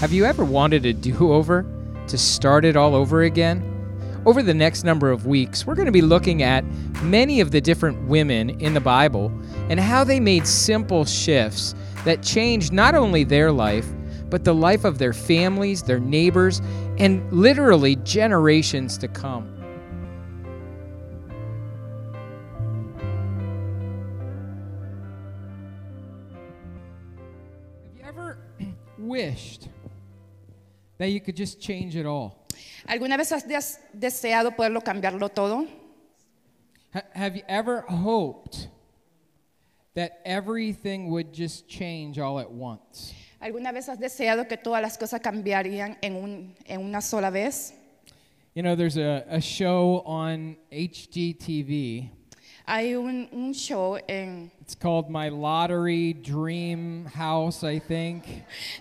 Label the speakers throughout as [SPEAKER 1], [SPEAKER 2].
[SPEAKER 1] Have you ever wanted a do over to start it all over again? Over the next number of weeks, we're going to be looking at many of the different women in the Bible and how they made simple shifts that changed not only their life, but the life of their families, their neighbors, and literally generations to come. Have you ever wished that you could just change it all?
[SPEAKER 2] ¿Alguna vez has des- deseado poderlo cambiarlo todo?
[SPEAKER 1] Ha- Have you ever hoped that everything would just change all at once?
[SPEAKER 2] ¿Alguna vez has deseado que todas las cosas cambiarían en, un- en una sola vez?
[SPEAKER 1] You know, there's a, a show on HGTV.
[SPEAKER 2] Hay un, un show en-
[SPEAKER 1] It's called My Lottery Dream House, I think.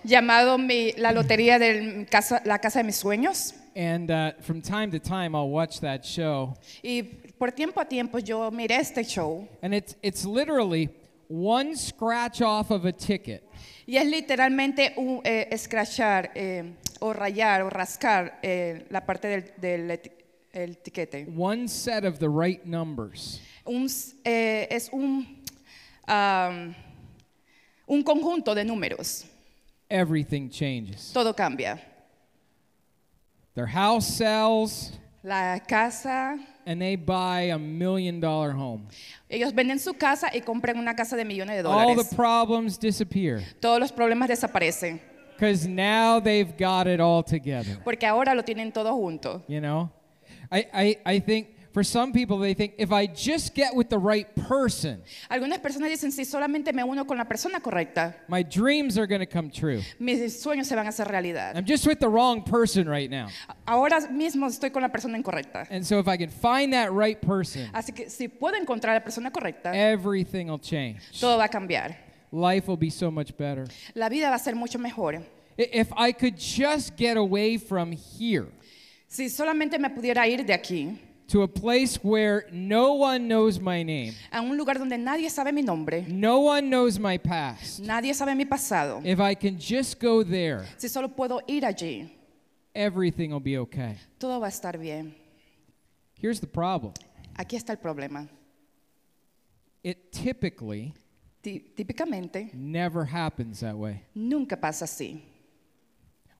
[SPEAKER 2] llamado mi- La Lotería de la Casa de Mis Sueños.
[SPEAKER 1] And uh, from time to time, I'll watch that show.
[SPEAKER 2] Y por tiempo a tiempo yo miré este show.
[SPEAKER 1] And it's, it's literally one scratch off of a ticket.
[SPEAKER 2] Y es literalmente un, eh, escrachar eh, o rayar o rascar eh, la parte del, del eti- el tiquete.
[SPEAKER 1] One set of the right numbers.
[SPEAKER 2] Un s- eh, es un, am, un conjunto de números.
[SPEAKER 1] Everything changes.
[SPEAKER 2] Todo cambia.
[SPEAKER 1] Their house sells,
[SPEAKER 2] La casa,
[SPEAKER 1] and they buy a million dollar home.
[SPEAKER 2] ellos venden su casa y compran una casa de millones de
[SPEAKER 1] All
[SPEAKER 2] dólares.
[SPEAKER 1] the problems disappear
[SPEAKER 2] Todos los problemas desaparecen
[SPEAKER 1] because now they've got it all together.
[SPEAKER 2] porque ahora lo tienen todo junto.
[SPEAKER 1] You know, I, I, I think for some people, they think if I just get with the right person,
[SPEAKER 2] Algunas personas dicen, si solamente me uno con la persona correcta,
[SPEAKER 1] my dreams are going to come true.
[SPEAKER 2] mis sueños se van a hacer realidad.
[SPEAKER 1] I'm just with the wrong person right now.
[SPEAKER 2] Ahora mismo estoy con la persona incorrecta.
[SPEAKER 1] And so if I can find that right person,
[SPEAKER 2] Así que si puedo encontrar a la persona correcta,
[SPEAKER 1] everything will change.
[SPEAKER 2] todo va a cambiar.
[SPEAKER 1] Life will be so much better.
[SPEAKER 2] La vida va a ser mucho mejor.
[SPEAKER 1] I- If I could just get away from here
[SPEAKER 2] Si solamente me pudiera ir de aquí
[SPEAKER 1] to a place where no one knows my name,
[SPEAKER 2] a un lugar donde nadie sabe mi nombre,
[SPEAKER 1] no one knows my past,
[SPEAKER 2] nadie sabe mi pasado,
[SPEAKER 1] If I can just go there,
[SPEAKER 2] si solo puedo ir allí,
[SPEAKER 1] everything will be okay.
[SPEAKER 2] todo va a estar bien.
[SPEAKER 1] Here's the problem
[SPEAKER 2] Aquí está el problema.
[SPEAKER 1] it typically
[SPEAKER 2] Tí- Típicamente,
[SPEAKER 1] never happens that way.
[SPEAKER 2] nunca pasa así.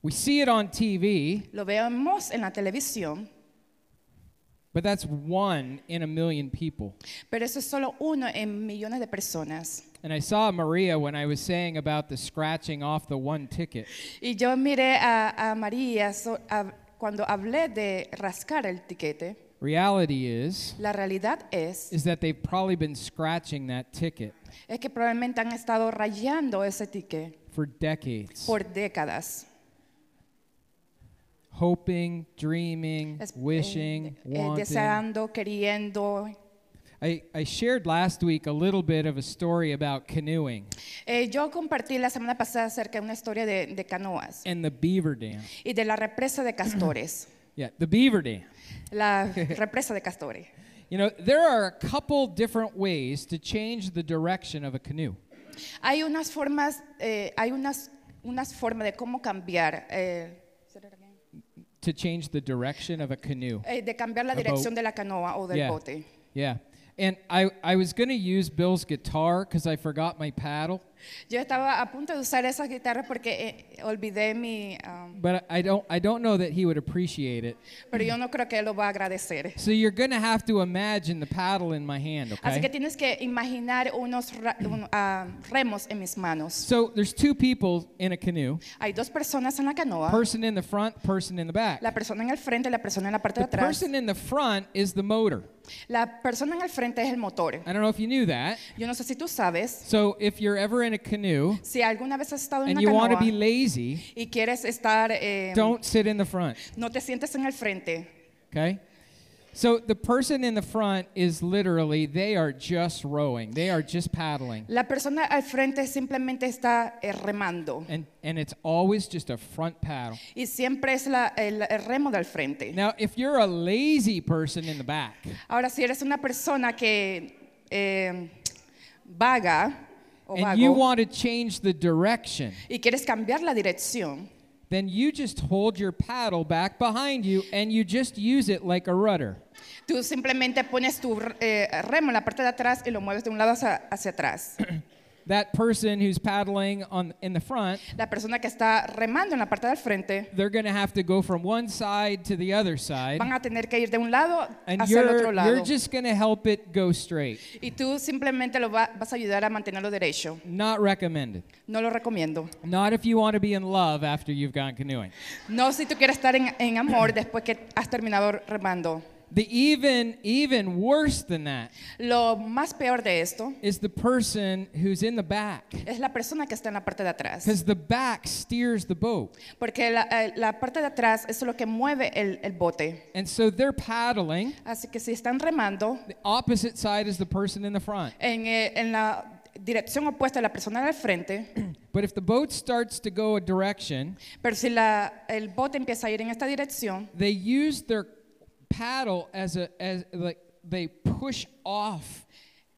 [SPEAKER 1] We see it on TV,
[SPEAKER 2] Lo vemos en la televisión,
[SPEAKER 1] but that's one in a million people.
[SPEAKER 2] pero eso es solo uno en millones de personas.
[SPEAKER 1] And I saw Maria when I was saying about the scratching off the one ticket.
[SPEAKER 2] Y yo miré a, a María so- a- cuando hablé de rascar el tiquete.
[SPEAKER 1] Reality is
[SPEAKER 2] La realidad es,
[SPEAKER 1] is that they've probably been scratching that ticket
[SPEAKER 2] es que probablemente han estado rayando ese ticket
[SPEAKER 1] for decades,
[SPEAKER 2] por décadas,
[SPEAKER 1] hoping, dreaming,
[SPEAKER 2] Es- eh,
[SPEAKER 1] wishing,
[SPEAKER 2] eh,
[SPEAKER 1] wanting.
[SPEAKER 2] deseando, queriendo.
[SPEAKER 1] I, I shared last week a little bit of a story about canoeing
[SPEAKER 2] Eh, yo compartí la semana pasada acerca de una historia de, de canoas
[SPEAKER 1] and the beaver dam.
[SPEAKER 2] y de la represa de castores.
[SPEAKER 1] Yeah, the beaver dam.
[SPEAKER 2] la represa de castores.
[SPEAKER 1] You know, there are a couple different ways to change the direction of a canoe.
[SPEAKER 2] Hay unas formas, eh, hay unas, unas formas de cómo cambiar, eh,
[SPEAKER 1] To change the direction of a canoe.
[SPEAKER 2] eh, de cambiar la
[SPEAKER 1] A boat.
[SPEAKER 2] dirección de la canoa o del
[SPEAKER 1] Yeah.
[SPEAKER 2] bote.
[SPEAKER 1] Yeah. And I, I was going to use Bill's guitar because I forgot my paddle,
[SPEAKER 2] Yo estaba a punto de usar esas guitarras porque eh, olvidé mi... ah,
[SPEAKER 1] but I don't, I don't know that he would appreciate it.
[SPEAKER 2] pero yo no creo que él lo va a agradecer.
[SPEAKER 1] So you're going to have to imagine the paddle in my hand,
[SPEAKER 2] Así que
[SPEAKER 1] okay?
[SPEAKER 2] tienes que imaginar unos ra- un- ah, remos en mis manos.
[SPEAKER 1] So there's two people in a canoe
[SPEAKER 2] Hay dos personas en la canoa,
[SPEAKER 1] person in the front, person in the back.
[SPEAKER 2] la persona en el frente y la persona en la parte de
[SPEAKER 1] The
[SPEAKER 2] atrás.
[SPEAKER 1] person in the front is the motor.
[SPEAKER 2] La persona en el frente es el motor.
[SPEAKER 1] I don't know if you knew that.
[SPEAKER 2] Yo no sé si tú sabes,
[SPEAKER 1] So if you're ever in a canoe
[SPEAKER 2] si alguna vez has estado en
[SPEAKER 1] and
[SPEAKER 2] una
[SPEAKER 1] you want to be
[SPEAKER 2] canoa
[SPEAKER 1] lazy,
[SPEAKER 2] y quieres estar, eh,
[SPEAKER 1] Don't sit in the front,
[SPEAKER 2] no te sientes en el frente.
[SPEAKER 1] okay? So the person in the front is literally, they are just rowing, they are just paddling.
[SPEAKER 2] La persona al frente simplemente está eh, remando
[SPEAKER 1] And, and it's always just a front paddle.
[SPEAKER 2] y siempre es la- el, el remo del frente.
[SPEAKER 1] Now, if you're a lazy person in the back,
[SPEAKER 2] Ahora, si eres una persona que eh, vaga o
[SPEAKER 1] and you
[SPEAKER 2] Oh, vago
[SPEAKER 1] want to change the direction,
[SPEAKER 2] y quieres cambiar la dirección,
[SPEAKER 1] then you just hold your paddle back behind you and you just use it like a rudder.
[SPEAKER 2] Tú simplemente pones tu eh, remo en la parte de atrás y lo mueves de un lado hacia, hacia atrás.
[SPEAKER 1] That person who's paddling on in the front,
[SPEAKER 2] La persona que está remando en la parte del frente
[SPEAKER 1] they're going to have to go from one side to the other side
[SPEAKER 2] van a tener que ir de un lado
[SPEAKER 1] and
[SPEAKER 2] hacia el otro
[SPEAKER 1] you're you're
[SPEAKER 2] lado.
[SPEAKER 1] just going to help it go straight.
[SPEAKER 2] Y tú simplemente lo va- vas a ayudar a mantenerlo derecho.
[SPEAKER 1] Not recommended.
[SPEAKER 2] No lo recomiendo.
[SPEAKER 1] Not if you want to be in love after you've gone canoeing.
[SPEAKER 2] No si tú quieres estar en, en amor después que has terminado remando.
[SPEAKER 1] The even even worse than that
[SPEAKER 2] Lo más peor de esto
[SPEAKER 1] is the person who's in the back
[SPEAKER 2] es la persona que está en la parte de atrás.
[SPEAKER 1] cuz the back steers the boat.
[SPEAKER 2] Porque la, eh, la parte de atrás es lo que mueve el, el bote.
[SPEAKER 1] And so they're paddling.
[SPEAKER 2] Así que si están remando
[SPEAKER 1] The opposite side is the person in the front.
[SPEAKER 2] en, eh, en la dirección opuesta a la persona del frente,
[SPEAKER 1] But if the boat starts to go a direction,
[SPEAKER 2] pero si la- el bote empieza a ir en esta dirección,
[SPEAKER 1] they use their paddle as a as like they push off.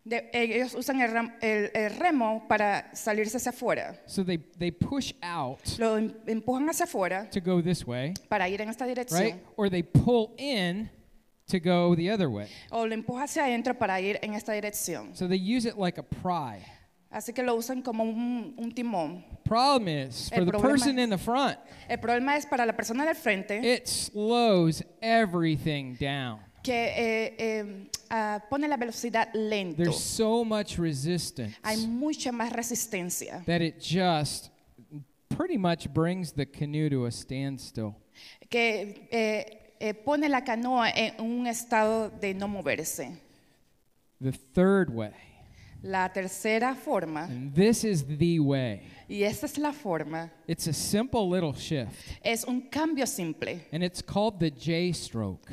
[SPEAKER 2] de- ellos usan el, ram- el- el remo para salirse hacia afuera.
[SPEAKER 1] So they they push out
[SPEAKER 2] Lo em- empujan hacia afuera
[SPEAKER 1] to go this way,
[SPEAKER 2] para ir en esta dirección.
[SPEAKER 1] right? Or they pull in to go the other way.
[SPEAKER 2] O lo empuja hacia adentro para ir en esta dirección.
[SPEAKER 1] So they use it like a pry.
[SPEAKER 2] Así que lo usan como un, un timón.
[SPEAKER 1] Problem is for
[SPEAKER 2] El
[SPEAKER 1] the
[SPEAKER 2] problema
[SPEAKER 1] person
[SPEAKER 2] es-
[SPEAKER 1] in the front,
[SPEAKER 2] El problema es para la persona del frente
[SPEAKER 1] it slows everything down.
[SPEAKER 2] que eh, eh, ah, pone la velocidad lento.
[SPEAKER 1] There's so much resistance
[SPEAKER 2] Hay mucha más resistencia
[SPEAKER 1] that it just pretty much brings the canoe to a standstill.
[SPEAKER 2] que eh, eh, pone la canoa en un estado de no moverse.
[SPEAKER 1] The third way,
[SPEAKER 2] La tercera forma,
[SPEAKER 1] and this is the way.
[SPEAKER 2] y esa es la forma,
[SPEAKER 1] It's a simple little shift,
[SPEAKER 2] es un cambio simple.
[SPEAKER 1] and it's called the J stroke.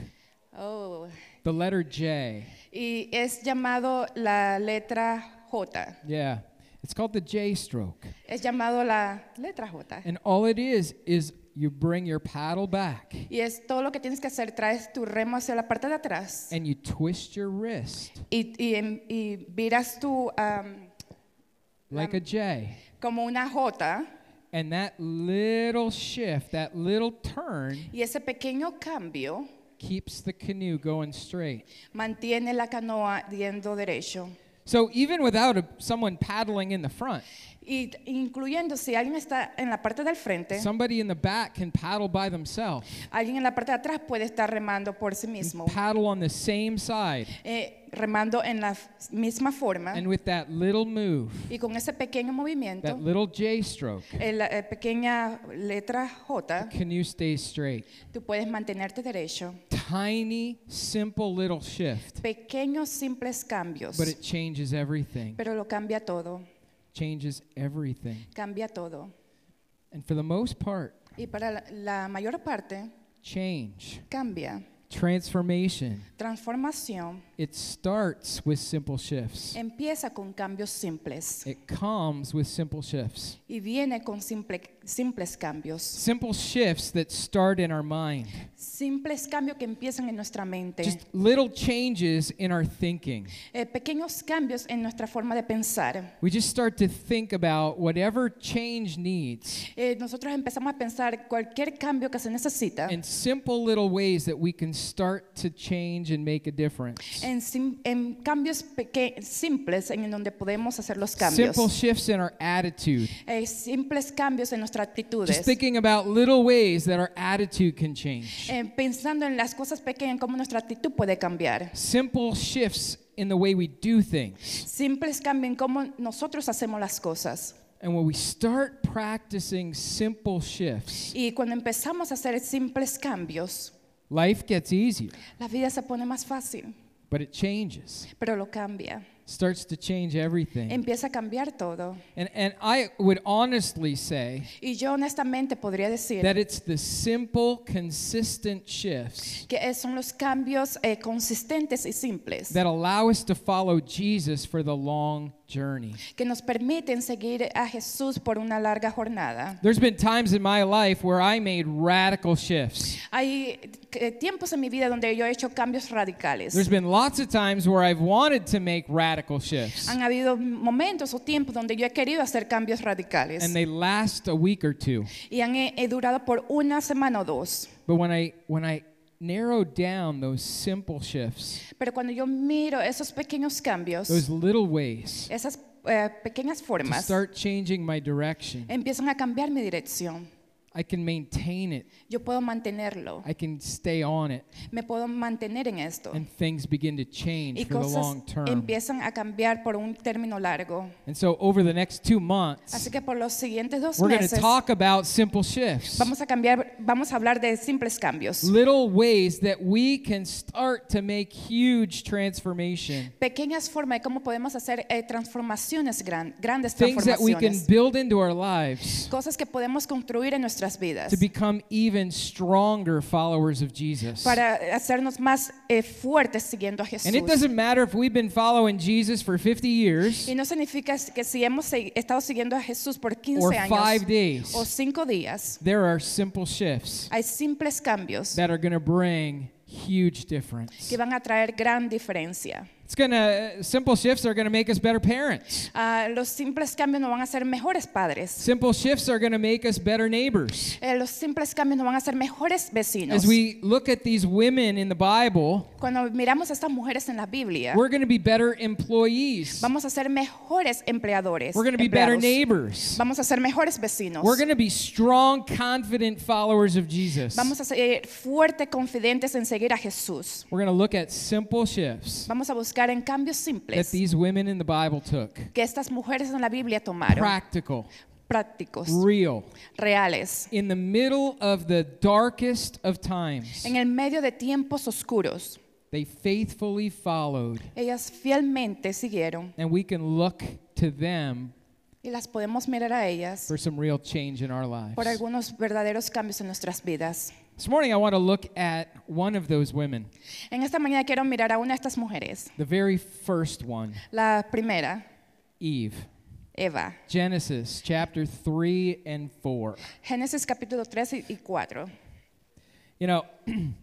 [SPEAKER 2] Oh,
[SPEAKER 1] The letter J.
[SPEAKER 2] Y es llamado la letra J.
[SPEAKER 1] Yeah. It's called the J stroke.
[SPEAKER 2] Es llamado la letra J.
[SPEAKER 1] And all it is is you bring your paddle back
[SPEAKER 2] Y es todo lo que tienes que hacer, traes tu remo hacia la parte de atrás
[SPEAKER 1] and you twist your wrist
[SPEAKER 2] y, y, em- y viras tu am,
[SPEAKER 1] like a J.
[SPEAKER 2] como una J
[SPEAKER 1] And that little shift, that little turn,
[SPEAKER 2] y ese pequeño cambio
[SPEAKER 1] keeps the canoe going straight.
[SPEAKER 2] mantiene la canoa yendo derecho.
[SPEAKER 1] So even without a, someone paddling in the front,
[SPEAKER 2] Y t- incluyendo si alguien está en la parte del frente,
[SPEAKER 1] somebody in the back can paddle by themselves,
[SPEAKER 2] alguien en la parte de atrás puede estar remando por sí mismo,
[SPEAKER 1] paddle on the same side.
[SPEAKER 2] eh, remando en la f- misma forma
[SPEAKER 1] And with that little move,
[SPEAKER 2] y con ese pequeño movimiento,
[SPEAKER 1] that little J stroke,
[SPEAKER 2] eh, la eh, pequeña letra J,
[SPEAKER 1] canoe stays straight.
[SPEAKER 2] tú puedes mantenerte derecho.
[SPEAKER 1] Tiny, simple little shift,
[SPEAKER 2] Pequeños, simples cambios,
[SPEAKER 1] but it changes everything.
[SPEAKER 2] pero lo cambia todo,
[SPEAKER 1] Changes everything.
[SPEAKER 2] cambia todo.
[SPEAKER 1] And for the most part,
[SPEAKER 2] Y para la, la mayor parte,
[SPEAKER 1] change,
[SPEAKER 2] cambia.
[SPEAKER 1] transformation,
[SPEAKER 2] Transformación
[SPEAKER 1] it starts with simple shifts.
[SPEAKER 2] empieza con cambios simples
[SPEAKER 1] It comes with simple shifts.
[SPEAKER 2] y viene con simple- simples cambios.
[SPEAKER 1] Simple shifts that start in our mind.
[SPEAKER 2] Simples cambios que empiezan en nuestra mente.
[SPEAKER 1] Just little changes in our thinking.
[SPEAKER 2] Eh, pequeños cambios en nuestra forma de pensar.
[SPEAKER 1] We just start to think about whatever change needs
[SPEAKER 2] Eh, nosotros empezamos a pensar cualquier cambio que se necesita
[SPEAKER 1] and simple little ways that we can start to change and make a difference.
[SPEAKER 2] en, sim- en cambios peque- simples en donde podemos hacer los cambios.
[SPEAKER 1] Simple shifts in our attitude.
[SPEAKER 2] Eh, simples cambios en nuestras actitudes.
[SPEAKER 1] Just thinking about little ways that our attitude can change.
[SPEAKER 2] Eh, pensando en las cosas pequeñas, cómo nuestra actitud puede cambiar.
[SPEAKER 1] Simple shifts in the way we do things.
[SPEAKER 2] Simples cambios en cómo nosotros hacemos las cosas.
[SPEAKER 1] And when we start practicing simple shifts,
[SPEAKER 2] Y cuando empezamos a hacer simples cambios,
[SPEAKER 1] life gets easier,
[SPEAKER 2] la vida se pone más fácil,
[SPEAKER 1] but it changes.
[SPEAKER 2] pero lo cambia.
[SPEAKER 1] Starts to change everything.
[SPEAKER 2] Empieza a cambiar todo.
[SPEAKER 1] And, and I would honestly say
[SPEAKER 2] Y yo honestamente podría decir
[SPEAKER 1] that it's the simple, consistent shifts
[SPEAKER 2] que eh, son los cambios eh, consistentes y simples
[SPEAKER 1] that allow us to follow Jesus for the long journey.
[SPEAKER 2] que nos permiten seguir a Jesús por una larga jornada.
[SPEAKER 1] There's been times in my life where I made radical shifts.
[SPEAKER 2] Hay eh, tiempos en mi vida donde yo he hecho cambios radicales.
[SPEAKER 1] There's been lots of times where I've wanted to make radical shifts,
[SPEAKER 2] Han habido momentos o tiempos donde yo he querido hacer cambios radicales
[SPEAKER 1] and they last a week or two.
[SPEAKER 2] y han eh, eh, durado por una semana o dos.
[SPEAKER 1] But when I when I narrowed down those simple shifts,
[SPEAKER 2] Pero cuando yo miro esos pequeños cambios,
[SPEAKER 1] those little ways
[SPEAKER 2] esas eh, pequeñas
[SPEAKER 1] to
[SPEAKER 2] formas
[SPEAKER 1] start changing my direction,
[SPEAKER 2] empiezan a cambiar mi dirección.
[SPEAKER 1] I can maintain it.
[SPEAKER 2] Yo puedo mantenerlo,
[SPEAKER 1] I can stay on it,
[SPEAKER 2] me puedo mantener en esto.
[SPEAKER 1] and things begin to
[SPEAKER 2] Y
[SPEAKER 1] change for the
[SPEAKER 2] cosas
[SPEAKER 1] long term.
[SPEAKER 2] empiezan a cambiar por un término largo.
[SPEAKER 1] And so over the next two months,
[SPEAKER 2] Así que por los siguientes dos
[SPEAKER 1] we're going to
[SPEAKER 2] meses
[SPEAKER 1] talk about simple shifts.
[SPEAKER 2] vamos a cambiar, vamos a hablar de simples cambios.
[SPEAKER 1] little ways that we can start to make huge transformation.
[SPEAKER 2] Pequeñas formas de cómo podemos hacer eh, transformaciones gran- grandes
[SPEAKER 1] Things that we can
[SPEAKER 2] transformaciones.
[SPEAKER 1] build into our lives
[SPEAKER 2] Cosas que podemos construir en nuestras vidas
[SPEAKER 1] to become even stronger followers of Jesus.
[SPEAKER 2] para hacernos más eh, fuertes siguiendo a Jesús.
[SPEAKER 1] And it doesn't matter if we've been following Jesus for 50 years
[SPEAKER 2] Y no significa que si hemos segui- estado siguiendo a Jesús por 15
[SPEAKER 1] or
[SPEAKER 2] años
[SPEAKER 1] five days.
[SPEAKER 2] o 5 días,
[SPEAKER 1] There are simple shifts
[SPEAKER 2] hay simples cambios
[SPEAKER 1] that are going to bring huge difference.
[SPEAKER 2] que van a traer gran diferencia.
[SPEAKER 1] It's going to simple shifts are going to make us better parents.
[SPEAKER 2] Ah, los simples cambios no van a ser mejores padres.
[SPEAKER 1] Simple shifts are going to make us better neighbors.
[SPEAKER 2] Eh, los simples cambios no van a ser mejores vecinos.
[SPEAKER 1] As we look at these women in the Bible,
[SPEAKER 2] Cuando miramos a estas mujeres en la Biblia,
[SPEAKER 1] We're going to be better employees.
[SPEAKER 2] vamos a ser mejores empleadores.
[SPEAKER 1] We're going to be better
[SPEAKER 2] empleados.
[SPEAKER 1] neighbors.
[SPEAKER 2] Vamos a ser mejores vecinos.
[SPEAKER 1] We're going to be strong, confident followers of Jesus.
[SPEAKER 2] Vamos a ser fuertes, confidentes en seguir a Jesús.
[SPEAKER 1] We're going to look at simple shifts
[SPEAKER 2] Vamos a buscar en cambios
[SPEAKER 1] that
[SPEAKER 2] simples
[SPEAKER 1] these women in the Bible took.
[SPEAKER 2] que estas mujeres en la Biblia tomaron,
[SPEAKER 1] Practical,
[SPEAKER 2] prácticos,
[SPEAKER 1] real,
[SPEAKER 2] reales,
[SPEAKER 1] in the middle of the darkest of times.
[SPEAKER 2] en el medio de tiempos oscuros.
[SPEAKER 1] They faithfully followed,
[SPEAKER 2] Ellas fielmente siguieron
[SPEAKER 1] and we can look to them
[SPEAKER 2] y las podemos mirar a ellas
[SPEAKER 1] for some real change in our lives.
[SPEAKER 2] por algunos verdaderos cambios en nuestras vidas.
[SPEAKER 1] This morning I want to look at one of those women,
[SPEAKER 2] En esta mañana quiero mirar a una de estas mujeres.
[SPEAKER 1] the very first one,
[SPEAKER 2] La primera,
[SPEAKER 1] Eve.
[SPEAKER 2] Eva.
[SPEAKER 1] Genesis chapter 3 and 4.
[SPEAKER 2] Génesis capítulo 3 y- y 4.
[SPEAKER 1] You know,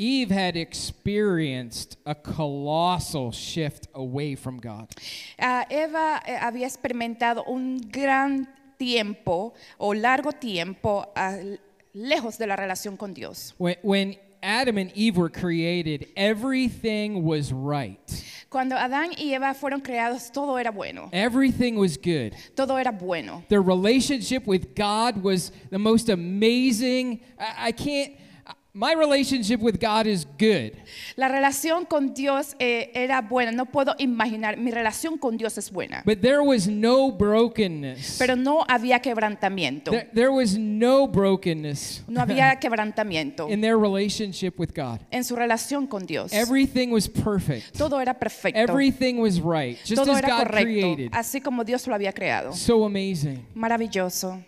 [SPEAKER 1] Eve had experienced a colossal shift away from God.
[SPEAKER 2] Ah, Eva eh, había experimentado un gran tiempo o largo tiempo ah, lejos de la relación con Dios.
[SPEAKER 1] When, when Adam and Eve were created, everything was right,
[SPEAKER 2] Cuando Adán y Eva fueron creados, todo era bueno,
[SPEAKER 1] everything was good.
[SPEAKER 2] todo era bueno.
[SPEAKER 1] Their relationship with God was the most amazing. I, I can't, my relationship with God is good.
[SPEAKER 2] La relación con Dios eh, era buena, no puedo imaginar, mi relación con Dios es buena,
[SPEAKER 1] But there was no brokenness.
[SPEAKER 2] pero no había quebrantamiento,
[SPEAKER 1] There, there was no brokenness
[SPEAKER 2] no había quebrantamiento
[SPEAKER 1] in their relationship with God.
[SPEAKER 2] en su relación con Dios.
[SPEAKER 1] Everything was perfect.
[SPEAKER 2] Todo era perfecto,
[SPEAKER 1] Everything was right, just
[SPEAKER 2] todo
[SPEAKER 1] as
[SPEAKER 2] era
[SPEAKER 1] God
[SPEAKER 2] correcto,
[SPEAKER 1] created.
[SPEAKER 2] así como Dios lo había creado.
[SPEAKER 1] So amazing.
[SPEAKER 2] Maravilloso.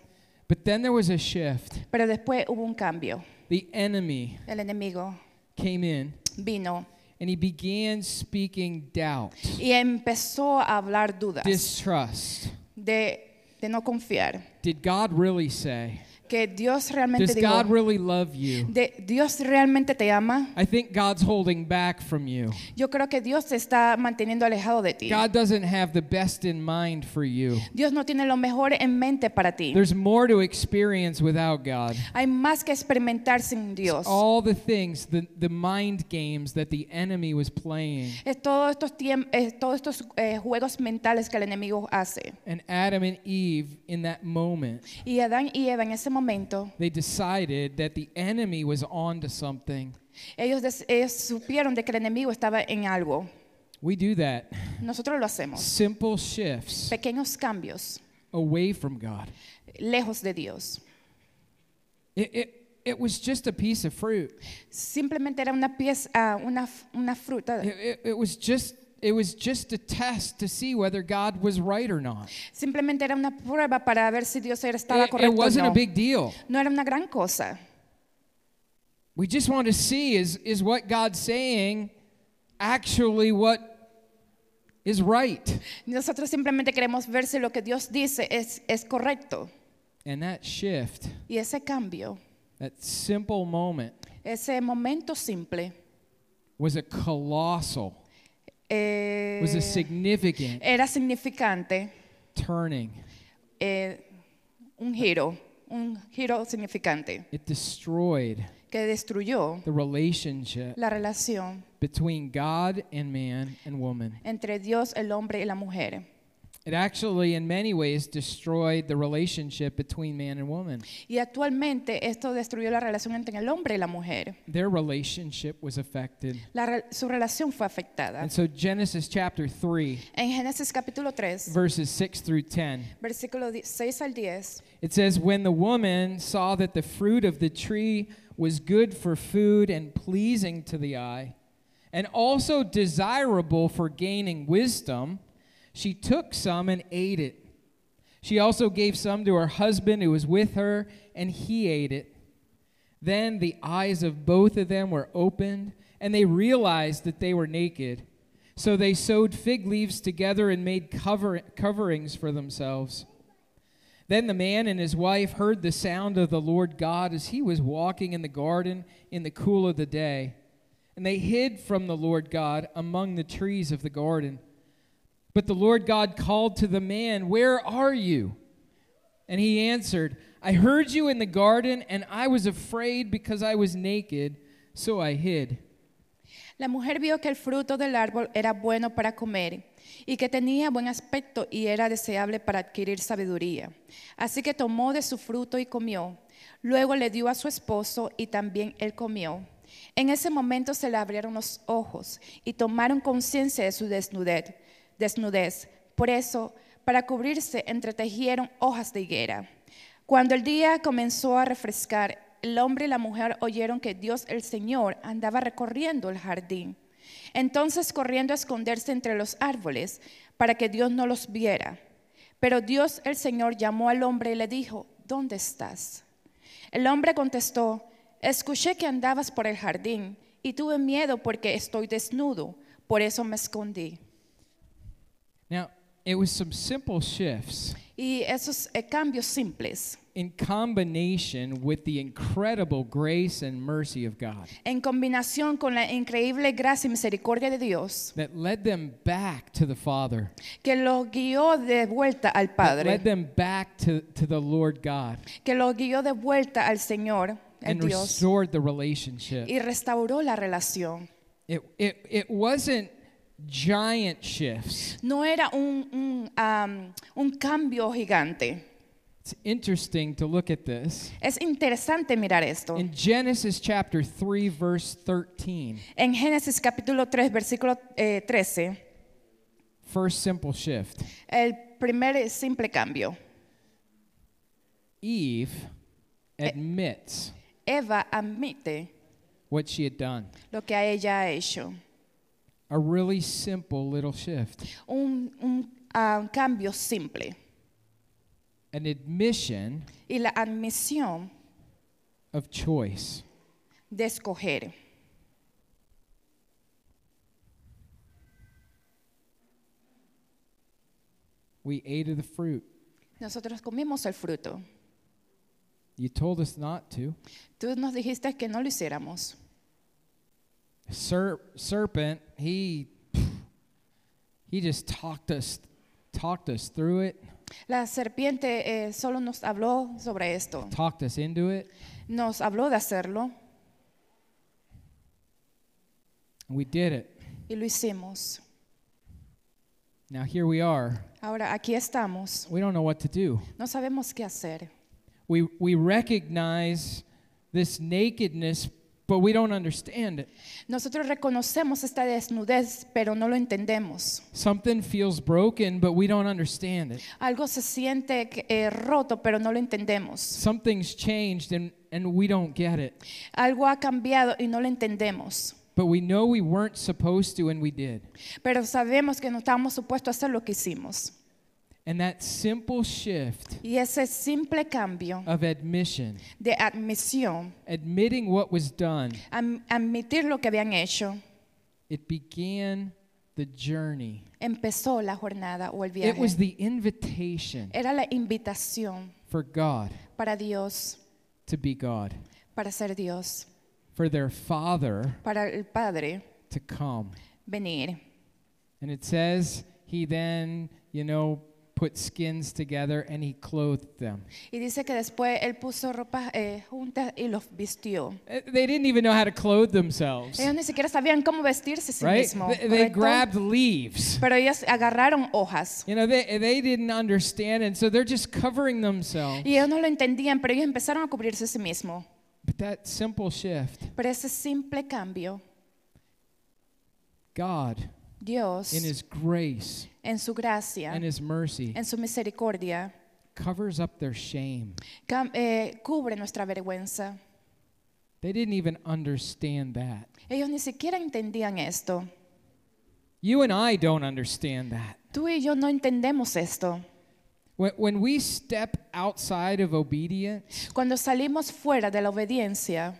[SPEAKER 1] But then there was a shift.
[SPEAKER 2] Pero después hubo un cambio.
[SPEAKER 1] The enemy
[SPEAKER 2] El enemigo
[SPEAKER 1] came in
[SPEAKER 2] vino
[SPEAKER 1] and he began speaking doubt,
[SPEAKER 2] y empezó a hablar dudas
[SPEAKER 1] distrust.
[SPEAKER 2] de, de no confiar.
[SPEAKER 1] Did God really say?
[SPEAKER 2] Que Dios realmente
[SPEAKER 1] Does God
[SPEAKER 2] dijo,
[SPEAKER 1] really love you?
[SPEAKER 2] de, Dios realmente te ama.
[SPEAKER 1] I think God's holding back from you.
[SPEAKER 2] Yo creo que Dios te está manteniendo alejado de ti.
[SPEAKER 1] God doesn't have the best in mind for you.
[SPEAKER 2] Dios no tiene lo mejor en mente para ti.
[SPEAKER 1] There's more to experience without God.
[SPEAKER 2] Hay más que experimentar sin Dios.
[SPEAKER 1] All the things, the, the mind games that the enemy was playing.
[SPEAKER 2] Es todos estos, tiemp- eh, todos estos eh, juegos mentales que el enemigo hace.
[SPEAKER 1] And Adam and Eve, in that moment,
[SPEAKER 2] Y Adán y Eva en ese momento,
[SPEAKER 1] they decided that the enemy was onto something.
[SPEAKER 2] ellos, des- ellos supieron de que el enemigo estaba en algo.
[SPEAKER 1] We do that.
[SPEAKER 2] Nosotros lo hacemos.
[SPEAKER 1] Simple shifts
[SPEAKER 2] pequeños cambios
[SPEAKER 1] away from God.
[SPEAKER 2] lejos de Dios.
[SPEAKER 1] It, it, it was just a piece of fruit.
[SPEAKER 2] Simplemente era una pieza, ah, una, f- una fruta.
[SPEAKER 1] It, it, it was just. It was just a test to see whether God was right or not.
[SPEAKER 2] Simplemente era una prueba para ver si Dios era-
[SPEAKER 1] eh,
[SPEAKER 2] estaba
[SPEAKER 1] It, it
[SPEAKER 2] correcto o
[SPEAKER 1] wasn't a
[SPEAKER 2] no.
[SPEAKER 1] big deal.
[SPEAKER 2] No era una gran cosa.
[SPEAKER 1] We just want to see is, is what God's saying actually what is right.
[SPEAKER 2] Nosotros simplemente queremos ver si lo que Dios dice es, es correcto.
[SPEAKER 1] And that shift,
[SPEAKER 2] Y ese cambio,
[SPEAKER 1] that simple moment,
[SPEAKER 2] ese momento simple,
[SPEAKER 1] was a colossal,
[SPEAKER 2] eh,
[SPEAKER 1] was a significant
[SPEAKER 2] era significante,
[SPEAKER 1] turning.
[SPEAKER 2] eh, un giro, un giro significante
[SPEAKER 1] It destroyed
[SPEAKER 2] que destruyó
[SPEAKER 1] the relationship
[SPEAKER 2] la relación
[SPEAKER 1] between God and man and woman.
[SPEAKER 2] entre Dios, el hombre y la mujer.
[SPEAKER 1] It actually, in many ways, destroyed the relationship between man and woman.
[SPEAKER 2] Y actualmente esto destruyó la relación entre el hombre y la mujer.
[SPEAKER 1] Their relationship was affected.
[SPEAKER 2] La re- su relación fue afectada.
[SPEAKER 1] And so, Genesis chapter 3,
[SPEAKER 2] En Génesis capítulo 3,
[SPEAKER 1] verses 6 through 10,
[SPEAKER 2] versículo di- 6 al 10,
[SPEAKER 1] it says, When the woman saw that the fruit of the tree was good for food and pleasing to the eye, and also desirable for gaining wisdom, she took some and ate it. She also gave some to her husband who was with her, and he ate it. Then the eyes of both of them were opened, and they realized that they were naked. So they sewed fig leaves together and made cover- coverings for themselves. Then the man and his wife heard the sound of the Lord God as he was walking in the garden in the cool of the day. And they hid from the Lord God among the trees of the garden. But the Lord God called to the man, Where are you? And he answered, I heard you in the garden, and I was afraid because I was naked, so I hid.
[SPEAKER 2] la mujer vio que el fruto del árbol era bueno para comer y que tenía buen aspecto y era deseable para adquirir sabiduría. Así que tomó de su fruto y comió. Luego le dio a su esposo y también él comió. En ese momento se le abrieron los ojos y tomaron conciencia de su desnudez. desnudez. Por eso, para cubrirse, entretejieron hojas de higuera. Cuando el día comenzó a refrescar, el hombre y la mujer oyeron que Dios el Señor andaba recorriendo el jardín. Entonces corriendo a esconderse entre los árboles para que Dios no los viera. Pero Dios el Señor llamó al hombre y le dijo, ¿dónde estás? El hombre contestó, escuché que andabas por el jardín y tuve miedo porque estoy desnudo, por eso me escondí.
[SPEAKER 1] Now, it was some simple shifts
[SPEAKER 2] Y esos eh, cambios simples,
[SPEAKER 1] in combination with the incredible grace and mercy of God.
[SPEAKER 2] en combinación con la increíble gracia y misericordia de Dios,
[SPEAKER 1] that led them back to the Father,
[SPEAKER 2] que lo guió de vuelta al
[SPEAKER 1] that led
[SPEAKER 2] Padre,
[SPEAKER 1] them back to, to the Lord God,
[SPEAKER 2] que lo guió de vuelta al Señor, el
[SPEAKER 1] and
[SPEAKER 2] Dios,
[SPEAKER 1] restored the relationship.
[SPEAKER 2] y restauró la relación.
[SPEAKER 1] It, it, it wasn't giant shifts.
[SPEAKER 2] No era un, un, am, un cambio gigante.
[SPEAKER 1] It's interesting to look at this.
[SPEAKER 2] Es interesante mirar esto.
[SPEAKER 1] In Genesis chapter 3, verse 13,
[SPEAKER 2] En Génesis capítulo 3, versículo eh, 13,
[SPEAKER 1] first simple shift
[SPEAKER 2] el primer simple cambio.
[SPEAKER 1] Eve
[SPEAKER 2] Eh.
[SPEAKER 1] admits
[SPEAKER 2] Eva admite
[SPEAKER 1] what she had done.
[SPEAKER 2] lo que a ella ha hecho.
[SPEAKER 1] A really simple little shift,
[SPEAKER 2] Un, un, ah, un cambio simple.
[SPEAKER 1] an admission
[SPEAKER 2] Y la admisión
[SPEAKER 1] of choice.
[SPEAKER 2] de escoger.
[SPEAKER 1] We ate of the fruit.
[SPEAKER 2] Nosotros comimos el fruto.
[SPEAKER 1] You told us not to.
[SPEAKER 2] Tú nos dijiste que no lo hiciéramos.
[SPEAKER 1] Ser- serpent, he pff, he just talked us talked us through it,
[SPEAKER 2] La serpiente eh, solo nos habló sobre esto.
[SPEAKER 1] talked us into it.
[SPEAKER 2] Nos habló de hacerlo
[SPEAKER 1] And we did it.
[SPEAKER 2] y lo hicimos.
[SPEAKER 1] Now here we are.
[SPEAKER 2] Ahora aquí estamos.
[SPEAKER 1] We don't know what to do.
[SPEAKER 2] No sabemos qué hacer.
[SPEAKER 1] We we recognize this nakedness, but we don't understand it.
[SPEAKER 2] Nosotros reconocemos esta desnudez, pero no lo entendemos.
[SPEAKER 1] Something feels broken, but we don't understand it.
[SPEAKER 2] Algo se siente que, eh, roto, pero no lo entendemos.
[SPEAKER 1] Something's changed and, and we don't get it.
[SPEAKER 2] Algo ha cambiado y no lo entendemos.
[SPEAKER 1] But we know we weren't supposed to and we did.
[SPEAKER 2] Pero sabemos que no estábamos supuestos a hacer lo que hicimos.
[SPEAKER 1] And that simple shift
[SPEAKER 2] Y ese simple cambio
[SPEAKER 1] of admission
[SPEAKER 2] de admisión,
[SPEAKER 1] admitting what was done,
[SPEAKER 2] am- admitir lo que habían hecho,
[SPEAKER 1] it began the journey.
[SPEAKER 2] empezó la jornada o el
[SPEAKER 1] It was
[SPEAKER 2] viaje.
[SPEAKER 1] the invitation
[SPEAKER 2] Era la invitación
[SPEAKER 1] for God
[SPEAKER 2] para Dios,
[SPEAKER 1] to be God,
[SPEAKER 2] para ser Dios,
[SPEAKER 1] for their Father
[SPEAKER 2] para el Padre
[SPEAKER 1] to come.
[SPEAKER 2] venir.
[SPEAKER 1] And it says, He then, you know, put skins together and He clothed them.
[SPEAKER 2] Y dice que después él puso ropas eh, juntas y los vistió.
[SPEAKER 1] Uh, They didn't even know how to clothe themselves,
[SPEAKER 2] Ellos ni siquiera sabían cómo vestirse a sí
[SPEAKER 1] right?
[SPEAKER 2] mismos.
[SPEAKER 1] They, they
[SPEAKER 2] ¿correcto?
[SPEAKER 1] grabbed leaves.
[SPEAKER 2] Pero ellos agarraron hojas.
[SPEAKER 1] You know, they, they didn't understand, and so they're just covering themselves.
[SPEAKER 2] Y ellos no lo entendían, pero ellos empezaron a cubrirse a sí mismos.
[SPEAKER 1] But that simple shift,
[SPEAKER 2] Pero ese simple cambio,
[SPEAKER 1] God,
[SPEAKER 2] Dios,
[SPEAKER 1] in His grace
[SPEAKER 2] en su gracia,
[SPEAKER 1] and His mercy,
[SPEAKER 2] en su misericordia,
[SPEAKER 1] covers up their shame.
[SPEAKER 2] cam- eh, cubre nuestra vergüenza.
[SPEAKER 1] They didn't even understand that.
[SPEAKER 2] Ellos ni siquiera entendían esto.
[SPEAKER 1] You and I don't understand that.
[SPEAKER 2] Tú y yo no entendemos esto.
[SPEAKER 1] When, when we step outside of obedience,
[SPEAKER 2] Cuando salimos fuera de la obediencia,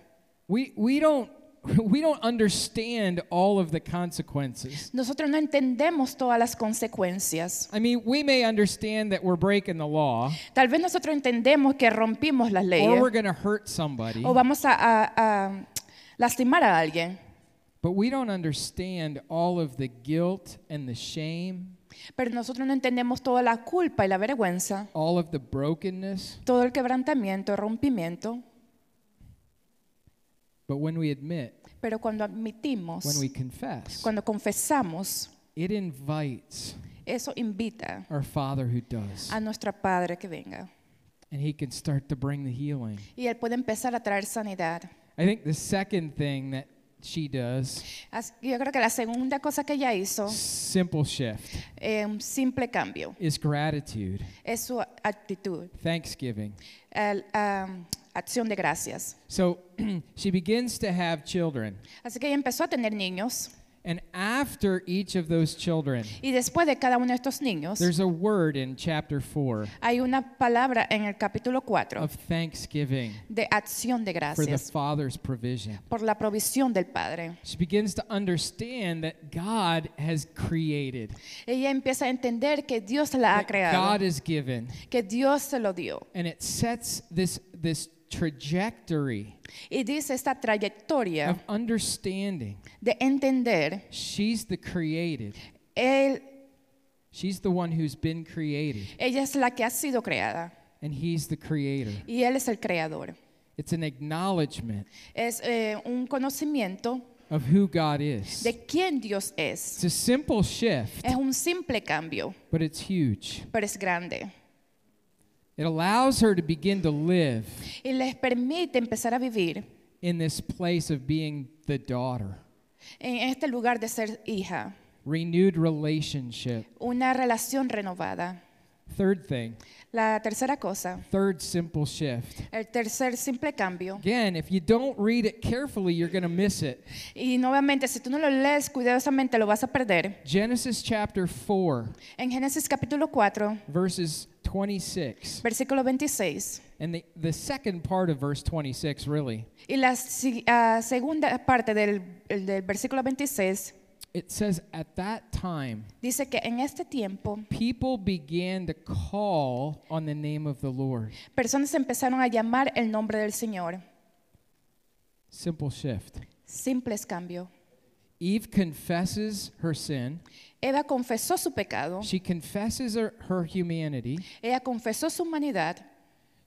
[SPEAKER 1] we, we, don't, we don't understand all of the consequences.
[SPEAKER 2] nosotros no entendemos todas las consecuencias.
[SPEAKER 1] I mean, we may understand that we're breaking the law
[SPEAKER 2] Tal vez nosotros entendemos que rompimos las
[SPEAKER 1] or we're
[SPEAKER 2] leyes
[SPEAKER 1] going to hurt somebody,
[SPEAKER 2] o vamos a, a- a lastimar a alguien,
[SPEAKER 1] but we don't understand all of the guilt and the shame,
[SPEAKER 2] pero nosotros no entendemos toda la culpa y la vergüenza,
[SPEAKER 1] all of the brokenness.
[SPEAKER 2] todo el quebrantamiento, rompimiento.
[SPEAKER 1] But when we admit,
[SPEAKER 2] Pero cuando
[SPEAKER 1] when
[SPEAKER 2] admitimos,
[SPEAKER 1] we confess,
[SPEAKER 2] cuando confesamos,
[SPEAKER 1] it invites
[SPEAKER 2] eso invita
[SPEAKER 1] our Father who does.
[SPEAKER 2] a nuestro Padre que venga.
[SPEAKER 1] And He can start to bring the healing.
[SPEAKER 2] Y Él puede empezar a traer sanidad.
[SPEAKER 1] I think the second thing that she does,
[SPEAKER 2] As- Yo creo que la segunda cosa que ella hizo,
[SPEAKER 1] simple shift,
[SPEAKER 2] eh, un simple cambio,
[SPEAKER 1] is gratitude,
[SPEAKER 2] es su actitud,
[SPEAKER 1] thanksgiving.
[SPEAKER 2] el, am, acción de gracias.
[SPEAKER 1] So she begins to have children.
[SPEAKER 2] Así que ella empezó a tener niños
[SPEAKER 1] And after each of those children,
[SPEAKER 2] y después de cada uno de estos niños
[SPEAKER 1] there's a word in chapter 4
[SPEAKER 2] hay una palabra en el capítulo 4
[SPEAKER 1] of thanksgiving
[SPEAKER 2] de acción de
[SPEAKER 1] for the
[SPEAKER 2] gracias
[SPEAKER 1] Father's provision.
[SPEAKER 2] por la provisión del Padre.
[SPEAKER 1] She begins to understand that God has created,
[SPEAKER 2] Ella empieza a entender que Dios la ha
[SPEAKER 1] that God
[SPEAKER 2] creado,
[SPEAKER 1] is given,
[SPEAKER 2] que Dios se lo dio.
[SPEAKER 1] and it sets this this trajectory
[SPEAKER 2] Y dice esta
[SPEAKER 1] of
[SPEAKER 2] trayectoria
[SPEAKER 1] understanding.
[SPEAKER 2] de entender,
[SPEAKER 1] She's the created.
[SPEAKER 2] él,
[SPEAKER 1] She's the one who's been created,
[SPEAKER 2] ella es la que ha sido creada
[SPEAKER 1] and he's the creator.
[SPEAKER 2] y Él es el creador.
[SPEAKER 1] It's an acknowledgement
[SPEAKER 2] Es eh, un conocimiento
[SPEAKER 1] of who God is.
[SPEAKER 2] de quién Dios
[SPEAKER 1] It's
[SPEAKER 2] es.
[SPEAKER 1] a simple shift,
[SPEAKER 2] Es un simple cambio,
[SPEAKER 1] but it's huge.
[SPEAKER 2] pero es grande.
[SPEAKER 1] It allows her to begin to live
[SPEAKER 2] Y les permite empezar a vivir
[SPEAKER 1] in this place of being the daughter,
[SPEAKER 2] en este lugar de ser hija,
[SPEAKER 1] renewed relationship.
[SPEAKER 2] una relación renovada.
[SPEAKER 1] Third thing,
[SPEAKER 2] La tercera cosa,
[SPEAKER 1] third simple shift.
[SPEAKER 2] el tercer simple cambio,
[SPEAKER 1] Again, if you don't read it carefully, you're going to miss it.
[SPEAKER 2] y nuevamente si tú no lo lees cuidadosamente lo vas a perder,
[SPEAKER 1] Genesis chapter 4,
[SPEAKER 2] en Génesis capítulo 4,
[SPEAKER 1] verses 26.
[SPEAKER 2] versículo 26,
[SPEAKER 1] And the, the second part of verse 26, really,
[SPEAKER 2] y la si- ah, segunda parte del, el del versículo 26
[SPEAKER 1] it says, At that time,
[SPEAKER 2] dice que en este tiempo
[SPEAKER 1] people began to call on the name of the Lord.
[SPEAKER 2] personas empezaron a llamar el nombre del Señor.
[SPEAKER 1] Simple shift.
[SPEAKER 2] Simples cambio.
[SPEAKER 1] Eve confesses her sin,
[SPEAKER 2] Eva confesó su pecado,
[SPEAKER 1] she confesses her, her humanity,
[SPEAKER 2] ella confesó su humanidad,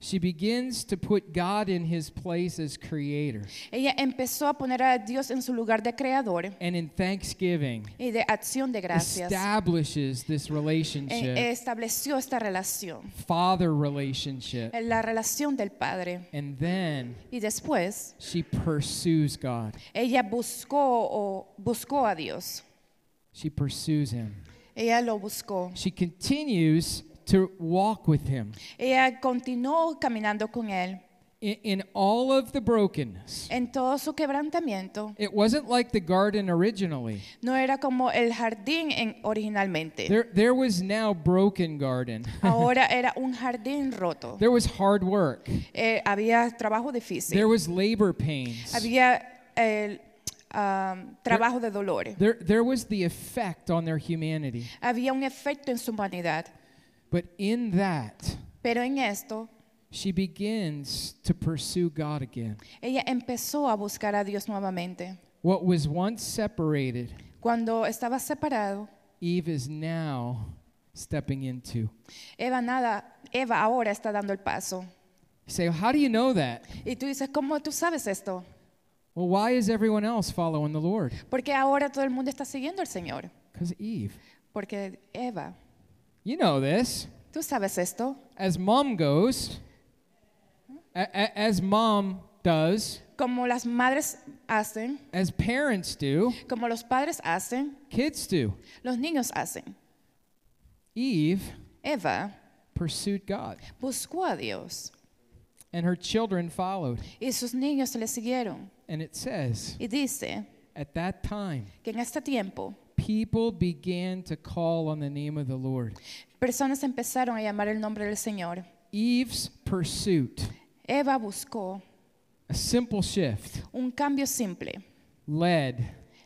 [SPEAKER 1] she begins to put God in his place as creator.
[SPEAKER 2] Ella empezó a poner a Dios en su lugar de creador
[SPEAKER 1] And in thanksgiving,
[SPEAKER 2] y de acción de gracias. Eh,
[SPEAKER 1] establishes this
[SPEAKER 2] En-
[SPEAKER 1] relationship,
[SPEAKER 2] Estableció esta relación,
[SPEAKER 1] father relationship.
[SPEAKER 2] la relación del Padre.
[SPEAKER 1] And then
[SPEAKER 2] Y después
[SPEAKER 1] she pursues God,
[SPEAKER 2] ella buscó o buscó a Dios.
[SPEAKER 1] she pursues him.
[SPEAKER 2] Ella lo buscó.
[SPEAKER 1] She continues to walk with him
[SPEAKER 2] Ella continuó caminando con él
[SPEAKER 1] in, in all of the brokenness.
[SPEAKER 2] en todo su quebrantamiento.
[SPEAKER 1] It wasn't like the garden originally.
[SPEAKER 2] No era como el jardín en- originalmente.
[SPEAKER 1] There, there was now broken garden.
[SPEAKER 2] Ahora era un jardín roto.
[SPEAKER 1] There was hard work.
[SPEAKER 2] Eh, había trabajo difícil.
[SPEAKER 1] There was labor pains.
[SPEAKER 2] Había eh, um, trabajo de dolor.
[SPEAKER 1] There, there was the effect on their humanity.
[SPEAKER 2] Había un efecto en su humanidad.
[SPEAKER 1] But in that,
[SPEAKER 2] Pero en esto,
[SPEAKER 1] she begins to pursue God again.
[SPEAKER 2] ella empezó a buscar a Dios nuevamente.
[SPEAKER 1] What was once separated,
[SPEAKER 2] Cuando estaba separado,
[SPEAKER 1] Eve is now stepping into.
[SPEAKER 2] Eva, nada, Eva ahora está dando el paso.
[SPEAKER 1] You say, how do you know that?
[SPEAKER 2] Y tú dices, ¿cómo tú sabes esto?
[SPEAKER 1] Well, why is everyone else following the Lord?
[SPEAKER 2] Porque ahora todo el mundo está siguiendo al Señor.
[SPEAKER 1] Because Eve.
[SPEAKER 2] Porque Eva,
[SPEAKER 1] You know this.
[SPEAKER 2] ¿tú sabes esto?
[SPEAKER 1] As mom goes, a- a- as mom does,
[SPEAKER 2] Como las madres hacen,
[SPEAKER 1] as parents do,
[SPEAKER 2] como los padres hacen,
[SPEAKER 1] kids do.
[SPEAKER 2] los niños hacen.
[SPEAKER 1] Eve
[SPEAKER 2] Eva
[SPEAKER 1] pursued God,
[SPEAKER 2] buscó a Dios
[SPEAKER 1] and her children followed.
[SPEAKER 2] y sus niños le siguieron.
[SPEAKER 1] And it says,
[SPEAKER 2] Y dice
[SPEAKER 1] at that time,
[SPEAKER 2] que en este tiempo
[SPEAKER 1] people began to call on the name of the Lord.
[SPEAKER 2] personas empezaron a llamar el nombre del Señor.
[SPEAKER 1] Eve's pursuit,
[SPEAKER 2] Eva buscó
[SPEAKER 1] a simple shift,
[SPEAKER 2] un cambio simple.
[SPEAKER 1] led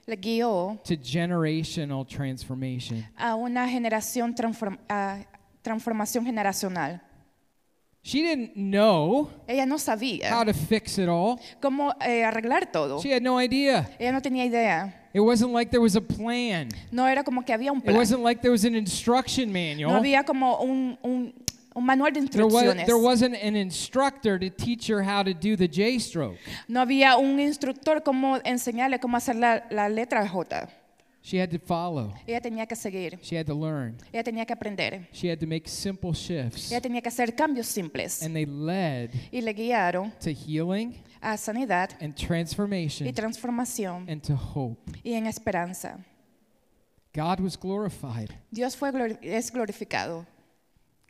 [SPEAKER 2] Le guió
[SPEAKER 1] to generational transformation.
[SPEAKER 2] a una generación transform- a transformación generacional.
[SPEAKER 1] She didn't know
[SPEAKER 2] Ella no
[SPEAKER 1] how
[SPEAKER 2] sabía
[SPEAKER 1] to fix it all.
[SPEAKER 2] cómo eh, arreglar todo.
[SPEAKER 1] She had no idea.
[SPEAKER 2] Ella no tenía idea.
[SPEAKER 1] It wasn't like there was a plan.
[SPEAKER 2] No era como que había un
[SPEAKER 1] It
[SPEAKER 2] plan.
[SPEAKER 1] wasn't like there was an instruction
[SPEAKER 2] No
[SPEAKER 1] manual.
[SPEAKER 2] había como un, un- un manual de
[SPEAKER 1] There, was,
[SPEAKER 2] instrucciones.
[SPEAKER 1] there wasn't an instructor to teach her how to do the J stroke.
[SPEAKER 2] No había un instructor cómo enseñarle cómo hacer la, la letra J.
[SPEAKER 1] She had to follow.
[SPEAKER 2] Ella tenía que seguir.
[SPEAKER 1] She had to learn.
[SPEAKER 2] Ella tenía que aprender.
[SPEAKER 1] She had to make simple shifts.
[SPEAKER 2] Ella tenía que hacer cambios simples.
[SPEAKER 1] And they led
[SPEAKER 2] Y le guiaron
[SPEAKER 1] to healing
[SPEAKER 2] a sanidad
[SPEAKER 1] and
[SPEAKER 2] y
[SPEAKER 1] transformation
[SPEAKER 2] transformación
[SPEAKER 1] and to hope.
[SPEAKER 2] y en esperanza.
[SPEAKER 1] God was glorified.
[SPEAKER 2] Dios fue glori- es glorificado.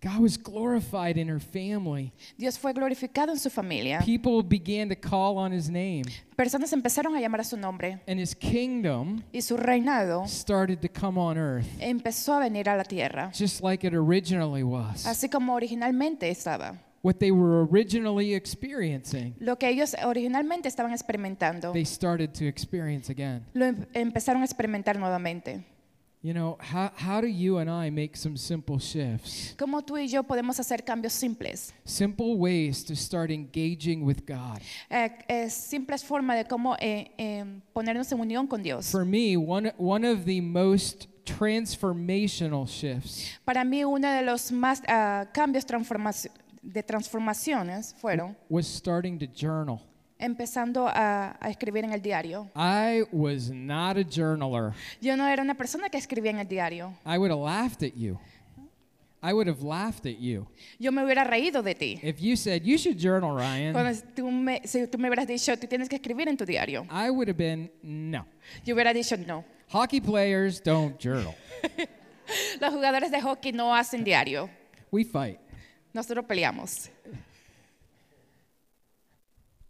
[SPEAKER 1] God was glorified in her family.
[SPEAKER 2] Dios fue glorificado en su familia.
[SPEAKER 1] People began to call on his name,
[SPEAKER 2] Personas empezaron a llamar a su nombre
[SPEAKER 1] and his kingdom
[SPEAKER 2] y su reinado
[SPEAKER 1] started to come on earth.
[SPEAKER 2] empezó a venir a la tierra,
[SPEAKER 1] just like it originally was.
[SPEAKER 2] así como originalmente estaba.
[SPEAKER 1] What they were originally experiencing,
[SPEAKER 2] Lo que ellos originalmente estaban experimentando,
[SPEAKER 1] they started to experience again.
[SPEAKER 2] lo em- empezaron a experimentar nuevamente.
[SPEAKER 1] You know, how, how do you and I make some simple shifts?
[SPEAKER 2] ¿Cómo tú y yo podemos hacer cambios simples?
[SPEAKER 1] Simple ways to start engaging with God.
[SPEAKER 2] Eh, eh, simples formas de cómo eh, eh, ponernos en unión con Dios.
[SPEAKER 1] For me, one, one of the most transformational shifts
[SPEAKER 2] Para mí uno de los más ah, cambios transformaci- de transformaciones fueron
[SPEAKER 1] was starting to journal.
[SPEAKER 2] empezando a, a escribir en el diario.
[SPEAKER 1] I was not a journaler.
[SPEAKER 2] Yo no era una persona que escribía en el diario.
[SPEAKER 1] I would have laughed at you. I would have laughed at you.
[SPEAKER 2] Yo me hubiera reído de ti.
[SPEAKER 1] If you said, You should journal, Ryan,
[SPEAKER 2] Cuando es- tú me, si tú me hubieras dicho, tú tienes que escribir en tu diario.
[SPEAKER 1] I would have been, No.
[SPEAKER 2] Yo hubiera dicho, no.
[SPEAKER 1] Hockey players don't journal.
[SPEAKER 2] Los jugadores de hockey no hacen diario.
[SPEAKER 1] We fight.
[SPEAKER 2] Nosotros peleamos.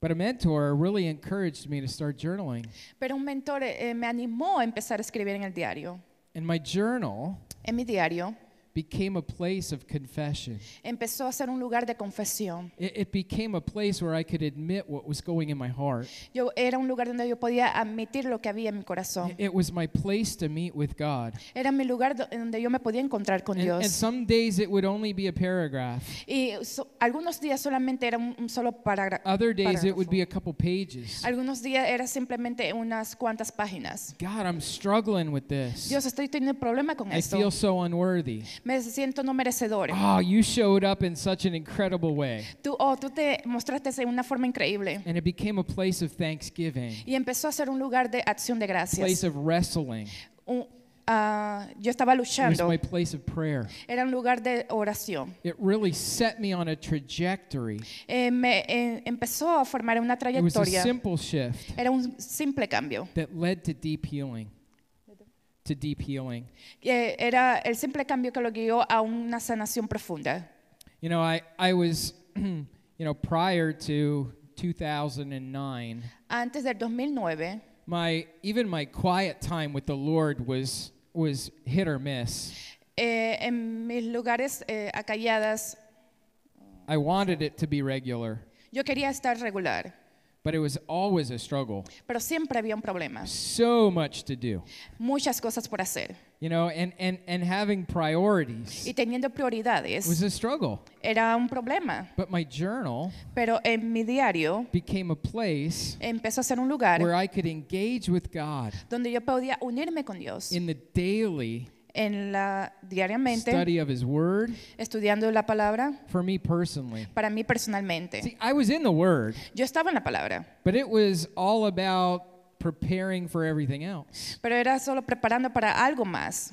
[SPEAKER 1] But a mentor really encouraged me to start journaling.
[SPEAKER 2] Pero un mentor eh, me animó a empezar a escribir en el diario.
[SPEAKER 1] And my journal
[SPEAKER 2] En mi diario
[SPEAKER 1] became a place of confession.
[SPEAKER 2] empezó a ser un lugar de confesión.
[SPEAKER 1] It, it became a place where I could admit what was going in my heart.
[SPEAKER 2] Yo era un lugar donde yo podía admitir lo que había en mi corazón.
[SPEAKER 1] It was my place to meet with God.
[SPEAKER 2] Era mi lugar do- donde yo me podía encontrar con
[SPEAKER 1] And, and
[SPEAKER 2] Oh, Dios.
[SPEAKER 1] some days it would only be a paragraph,
[SPEAKER 2] Y so- algunos días solamente era un, un solo parágrafo.
[SPEAKER 1] other days it would
[SPEAKER 2] Parágrafo.
[SPEAKER 1] be a couple pages.
[SPEAKER 2] Algunos días era simplemente unas cuantas páginas.
[SPEAKER 1] God, I'm struggling with this.
[SPEAKER 2] Dios, estoy teniendo problema con
[SPEAKER 1] I feel
[SPEAKER 2] esto.
[SPEAKER 1] so unworthy.
[SPEAKER 2] Me siento no merecedor.
[SPEAKER 1] Oh, you showed up in such an incredible way.
[SPEAKER 2] Tú, oh, tú te mostraste de una forma increíble.
[SPEAKER 1] And it became a place of thanksgiving.
[SPEAKER 2] Y empezó a ser un lugar de acción de
[SPEAKER 1] place
[SPEAKER 2] gracias.
[SPEAKER 1] of wrestling.
[SPEAKER 2] Un- ah, yo estaba
[SPEAKER 1] It was
[SPEAKER 2] luchando.
[SPEAKER 1] my place of prayer.
[SPEAKER 2] Era un lugar de oración.
[SPEAKER 1] It really set me on a trajectory.
[SPEAKER 2] Eh, me eh, empezó a formar una
[SPEAKER 1] It was a
[SPEAKER 2] trayectoria.
[SPEAKER 1] simple shift
[SPEAKER 2] Era un simple cambio.
[SPEAKER 1] that led to deep healing. To deep healing.
[SPEAKER 2] Eh, era el simple cambio que lo guió a una sanación profunda.
[SPEAKER 1] You know, I, I was, you know, prior to 2009,
[SPEAKER 2] Antes del 2009,
[SPEAKER 1] my even my quiet time with the Lord was was hit or miss.
[SPEAKER 2] eh, en mis lugares eh, acalladas,
[SPEAKER 1] I wanted it to be regular,
[SPEAKER 2] yo quería estar regular.
[SPEAKER 1] but it was always a struggle.
[SPEAKER 2] pero siempre había un problema,
[SPEAKER 1] So much to do,
[SPEAKER 2] muchas cosas por hacer.
[SPEAKER 1] you know, and, and, and having priorities
[SPEAKER 2] Y teniendo prioridades
[SPEAKER 1] was a struggle.
[SPEAKER 2] era un problema,
[SPEAKER 1] But my journal
[SPEAKER 2] pero en mi diario
[SPEAKER 1] became a place
[SPEAKER 2] empezó a ser un lugar
[SPEAKER 1] where I could engage with God
[SPEAKER 2] donde yo podía unirme con Dios
[SPEAKER 1] in the daily
[SPEAKER 2] en la diariamente
[SPEAKER 1] study of His Word
[SPEAKER 2] estudiando la palabra
[SPEAKER 1] for me personally.
[SPEAKER 2] para mí personalmente.
[SPEAKER 1] See, I was in the Word,
[SPEAKER 2] Yo estaba en la palabra,
[SPEAKER 1] but it was all about preparing for everything else.
[SPEAKER 2] pero era solo preparando para algo más.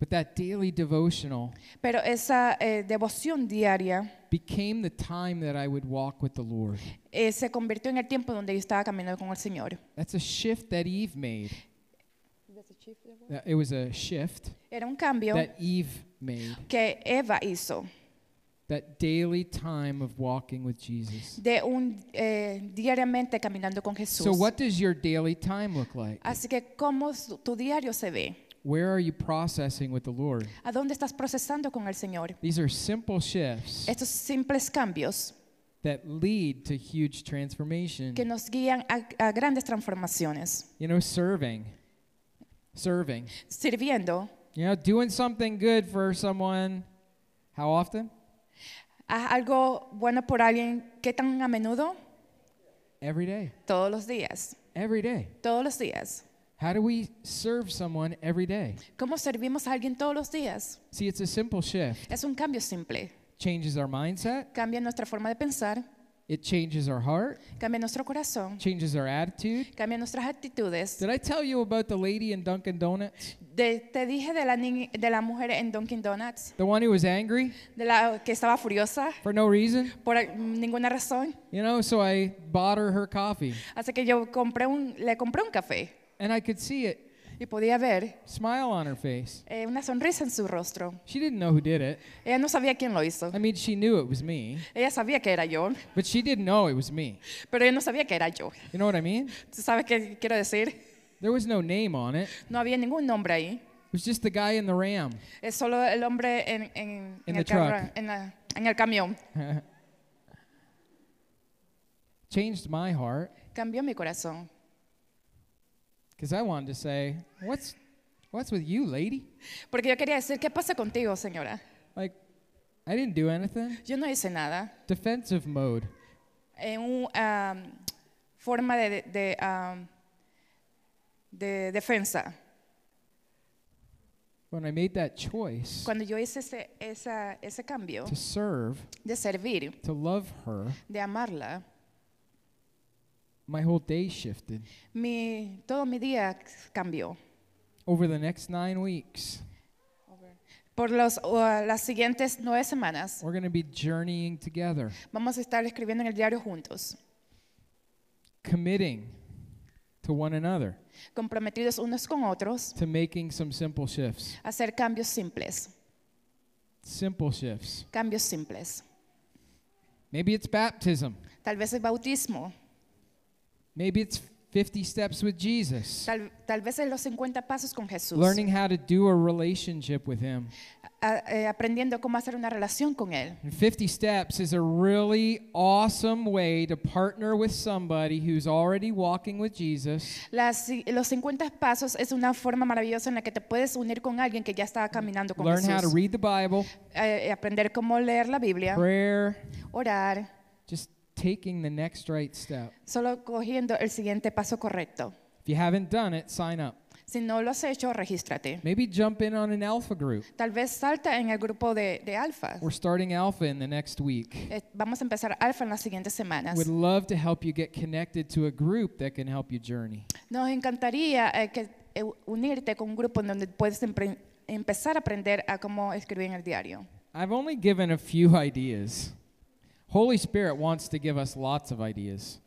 [SPEAKER 1] But that daily devotional
[SPEAKER 2] Pero esa eh, devoción diaria
[SPEAKER 1] became the time that I would walk with the Lord.
[SPEAKER 2] eh, se convirtió en el tiempo donde yo estaba caminando con el Señor.
[SPEAKER 1] That's a shift that Eve made. That It was a shift
[SPEAKER 2] Era un cambio
[SPEAKER 1] that Eve made.
[SPEAKER 2] que Eva hizo
[SPEAKER 1] That daily time of walking with Jesus.
[SPEAKER 2] de un eh, diariamente caminando con Jesús.
[SPEAKER 1] So, what does your daily time look like?
[SPEAKER 2] Así que cómo su- tu diario se ve,
[SPEAKER 1] Where are you processing with the Lord?
[SPEAKER 2] a dónde estás procesando con el Señor.
[SPEAKER 1] These are simple shifts
[SPEAKER 2] Estos simples cambios
[SPEAKER 1] that lead to huge transformation.
[SPEAKER 2] que nos guían a, a grandes transformaciones.
[SPEAKER 1] You know, serving. Serving.
[SPEAKER 2] Sirviendo,
[SPEAKER 1] You know, doing something good for someone. How often?
[SPEAKER 2] haz algo bueno por alguien, ¿qué tan a menudo?
[SPEAKER 1] Every day.
[SPEAKER 2] Todos los días,
[SPEAKER 1] Every day.
[SPEAKER 2] todos los días.
[SPEAKER 1] How do we serve someone every day?
[SPEAKER 2] ¿Cómo servimos a alguien todos los días?
[SPEAKER 1] See, it's a simple shift.
[SPEAKER 2] Es un cambio simple.
[SPEAKER 1] Changes our mindset,
[SPEAKER 2] Cambia nuestra forma de pensar,
[SPEAKER 1] it changes our heart,
[SPEAKER 2] cambia nuestro corazón,
[SPEAKER 1] changes our attitude.
[SPEAKER 2] cambia nuestras actitudes.
[SPEAKER 1] Did I tell you about the lady in Dunkin' Donuts?
[SPEAKER 2] De- te dije de la, niña- de la mujer en Dunkin' Donuts,
[SPEAKER 1] The one who was angry
[SPEAKER 2] de la que estaba furiosa
[SPEAKER 1] for no reason?
[SPEAKER 2] por al- ninguna razón.
[SPEAKER 1] You know, so I bought her her coffee
[SPEAKER 2] Así que yo compré un, le compré un café
[SPEAKER 1] and I could see it
[SPEAKER 2] y podía ver
[SPEAKER 1] smile on her face.
[SPEAKER 2] eh, una sonrisa en su rostro.
[SPEAKER 1] She didn't know who did it.
[SPEAKER 2] Ella no sabía quién lo hizo.
[SPEAKER 1] I mean, she knew it was me,
[SPEAKER 2] Ella sabía que era yo,
[SPEAKER 1] but she didn't know it was me.
[SPEAKER 2] pero ella no sabía que era yo.
[SPEAKER 1] You know what I mean?
[SPEAKER 2] ¿Tú sabes qué quiero decir?
[SPEAKER 1] There was no name on it. It
[SPEAKER 2] No había ningún nombre ahí.
[SPEAKER 1] was just the guy in the ram.
[SPEAKER 2] Es solo el hombre en, en,
[SPEAKER 1] In
[SPEAKER 2] en
[SPEAKER 1] the
[SPEAKER 2] el, carro- en la- en el camión.
[SPEAKER 1] Changed my heart
[SPEAKER 2] Cambió mi corazón.
[SPEAKER 1] because I wanted to say, "What's what's with you, lady?"
[SPEAKER 2] Porque yo quería decir, ¿qué pasa contigo, señora?
[SPEAKER 1] Like, I didn't do anything.
[SPEAKER 2] Yo no hice nada.
[SPEAKER 1] Defensive mode.
[SPEAKER 2] En una forma de, de, am, de defensa.
[SPEAKER 1] When I made that choice
[SPEAKER 2] Cuando yo hice ese, esa- ese cambio
[SPEAKER 1] to serve,
[SPEAKER 2] de servir,
[SPEAKER 1] to love her,
[SPEAKER 2] de amarla,
[SPEAKER 1] my whole day shifted.
[SPEAKER 2] mi, todo mi día cambió.
[SPEAKER 1] Over the next nine weeks,
[SPEAKER 2] Por los, o, ah, las siguientes nueve semanas
[SPEAKER 1] we're going to be journeying together,
[SPEAKER 2] vamos a estar escribiendo en el diario juntos,
[SPEAKER 1] committing to one another,
[SPEAKER 2] comprometidos unos con otros,
[SPEAKER 1] to making some simple shifts.
[SPEAKER 2] a hacer cambios simples,
[SPEAKER 1] Simple shifts.
[SPEAKER 2] cambios simples.
[SPEAKER 1] Maybe it's baptism.
[SPEAKER 2] Tal vez el bautismo,
[SPEAKER 1] Maybe it's 50 steps with Jesus.
[SPEAKER 2] tal, tal vez en los 50 pasos con Jesús,
[SPEAKER 1] Learning how to do a relationship with Him.
[SPEAKER 2] a- eh, aprendiendo cómo hacer una relación con Él.
[SPEAKER 1] And 50 steps is a really awesome way to partner with somebody who's already walking with Jesus
[SPEAKER 2] Las- los 50 pasos es una forma maravillosa en la que te puedes unir con alguien que ya está caminando con
[SPEAKER 1] learn how to
[SPEAKER 2] Jesús.
[SPEAKER 1] read the Bible,
[SPEAKER 2] Eh, aprender cómo leer la Biblia,
[SPEAKER 1] prayer,
[SPEAKER 2] orar,
[SPEAKER 1] just taking the next right step.
[SPEAKER 2] solo cogiendo el siguiente paso correcto.
[SPEAKER 1] If you haven't done it, sign up.
[SPEAKER 2] Si no lo has hecho, regístrate.
[SPEAKER 1] Maybe jump in on an alpha group.
[SPEAKER 2] Tal vez salta en el grupo de, de alfa.
[SPEAKER 1] We're starting alpha in the next week.
[SPEAKER 2] Eh, Vamos a empezar alfa en las siguientes semanas.
[SPEAKER 1] Would love to help you get connected to a group that can help you journey.
[SPEAKER 2] Nos encantaría eh, que, eh, unirte con un grupo en donde puedes empre- empezar a aprender a cómo escribir en el diario.
[SPEAKER 1] I've only given a few ideas. Holy Spirit wants to give us lots of ideas.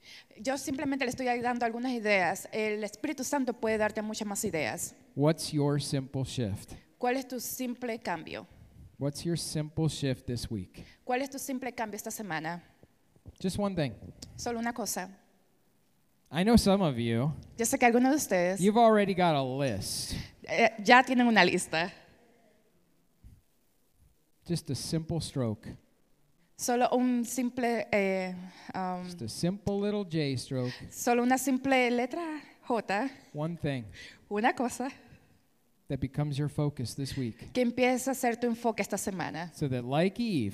[SPEAKER 2] Yo simplemente le estoy dando algunas ideas. El Espíritu Santo puede darte muchas más ideas.
[SPEAKER 1] What's your simple shift?
[SPEAKER 2] ¿Cuál es tu simple cambio?
[SPEAKER 1] What's your simple shift this week?
[SPEAKER 2] ¿Cuál es tu simple cambio esta semana?
[SPEAKER 1] Just one thing.
[SPEAKER 2] Solo una cosa.
[SPEAKER 1] I know some of you,
[SPEAKER 2] Yo sé que algunos de ustedes
[SPEAKER 1] you've already got a list.
[SPEAKER 2] eh, ya tienen una lista.
[SPEAKER 1] Just a simple stroke.
[SPEAKER 2] Solo un simple, eh, um,
[SPEAKER 1] Just a simple little J stroke.
[SPEAKER 2] solo una simple letra J,
[SPEAKER 1] One thing
[SPEAKER 2] una cosa
[SPEAKER 1] that becomes your focus this week.
[SPEAKER 2] que empieza a ser tu enfoque esta semana.
[SPEAKER 1] So that, like Eve,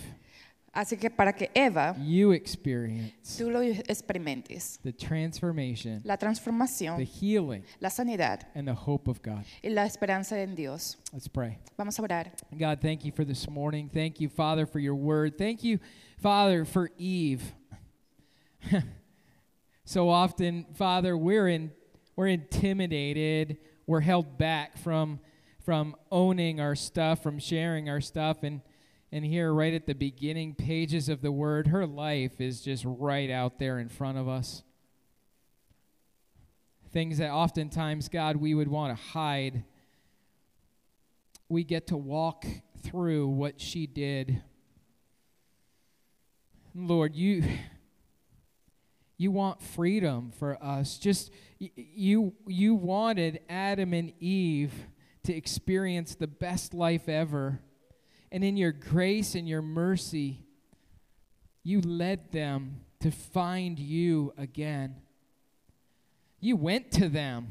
[SPEAKER 2] Así que para que Eva,
[SPEAKER 1] you experience
[SPEAKER 2] tú lo experimentes.
[SPEAKER 1] the transformation,
[SPEAKER 2] La
[SPEAKER 1] the
[SPEAKER 2] transformación,
[SPEAKER 1] healing,
[SPEAKER 2] la sanidad
[SPEAKER 1] and the hope of God.
[SPEAKER 2] y la esperanza en Dios.
[SPEAKER 1] Let's pray.
[SPEAKER 2] Vamos a orar.
[SPEAKER 1] God, thank you for this morning. Thank you, Father, for your word. Thank you, Father, for Eve. so often, Father, we're in we're intimidated, we're held back from from owning our stuff, from sharing our stuff and and here right at the beginning pages of the word, her life is just right out there in front of us. Things that oftentimes, God, we would want to hide we get to walk through what she did. Lord, you you want freedom for us. Just y- you you wanted Adam and Eve to experience the best life ever. And in your grace and your mercy, you led them to find you again. You went to them.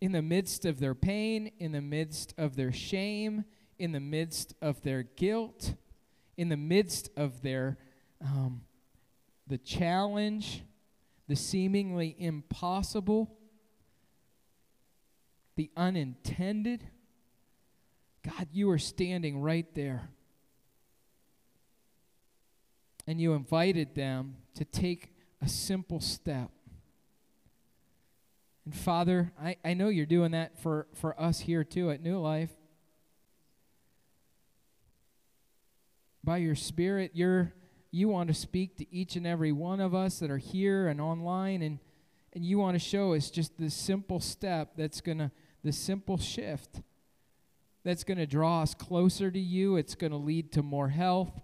[SPEAKER 1] in the midst of their pain, in the midst of their shame, in the midst of their guilt, in the midst of their um, the challenge, the seemingly impossible, the unintended. God, you are standing right there. And you invited them to take a simple step. And Father, I, I know you're doing that for, for us here too at New Life. By your Spirit, you're, you want to speak to each and every one of us that are here and online, and, and you want to show us just the simple step that's going to, the simple shift that's going to draw us closer to you. It's going to lead to more health,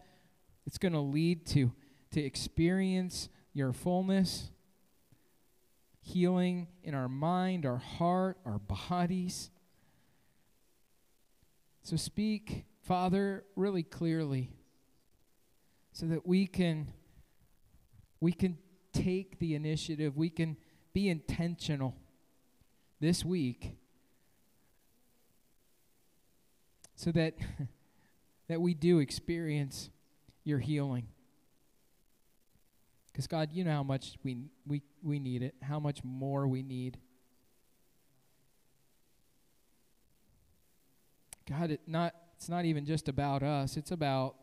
[SPEAKER 1] it's going to lead to, to experience your fullness healing in our mind, our heart, our bodies. So speak, Father, really clearly so that we can we can take the initiative, we can be intentional this week so that that we do experience your healing. Because God, you know how much we, we, we need it, how much more we need. God, it not, it's not even just about us, it's about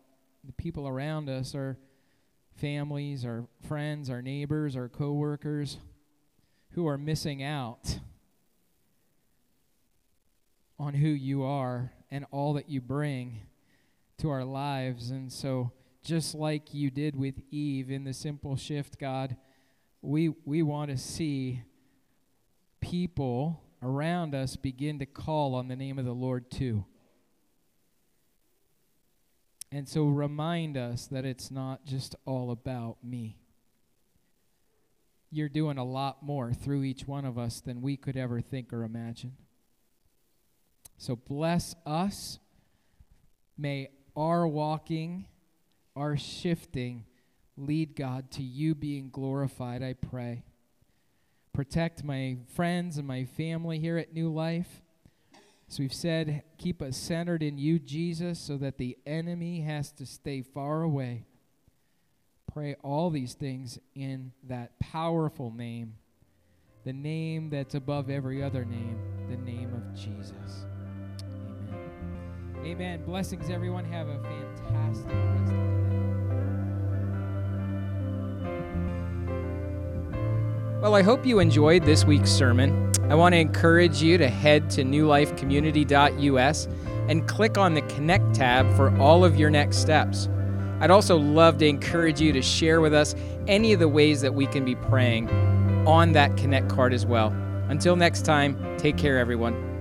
[SPEAKER 1] the people around us, our families, our friends, our neighbors, our coworkers who are missing out on who you are and all that you bring to our lives. And so just like you did with Eve in the simple shift, God, we, we want to see people around us begin to call on the name of the Lord too. And so remind us that it's not just all about me. You're doing a lot more through each one of us than we could ever think or imagine. So bless us. May our walking our shifting, lead God to you being glorified, I pray. Protect my friends and my family here at New Life. As we've said, keep us centered in you, Jesus, so that the enemy has to stay far away. Pray all these things in that powerful name, the name that's above every other name, the name of Jesus. Amen. Amen. Blessings, everyone. Have a fantastic rest of the day.
[SPEAKER 3] Well, I hope you enjoyed this week's sermon. I want to encourage you to head to newlifecommunity.us and click on the Connect tab for all of your next steps. I'd also love to encourage you to share with us any of the ways that we can be praying on that Connect card as well. Until next time, take care, everyone.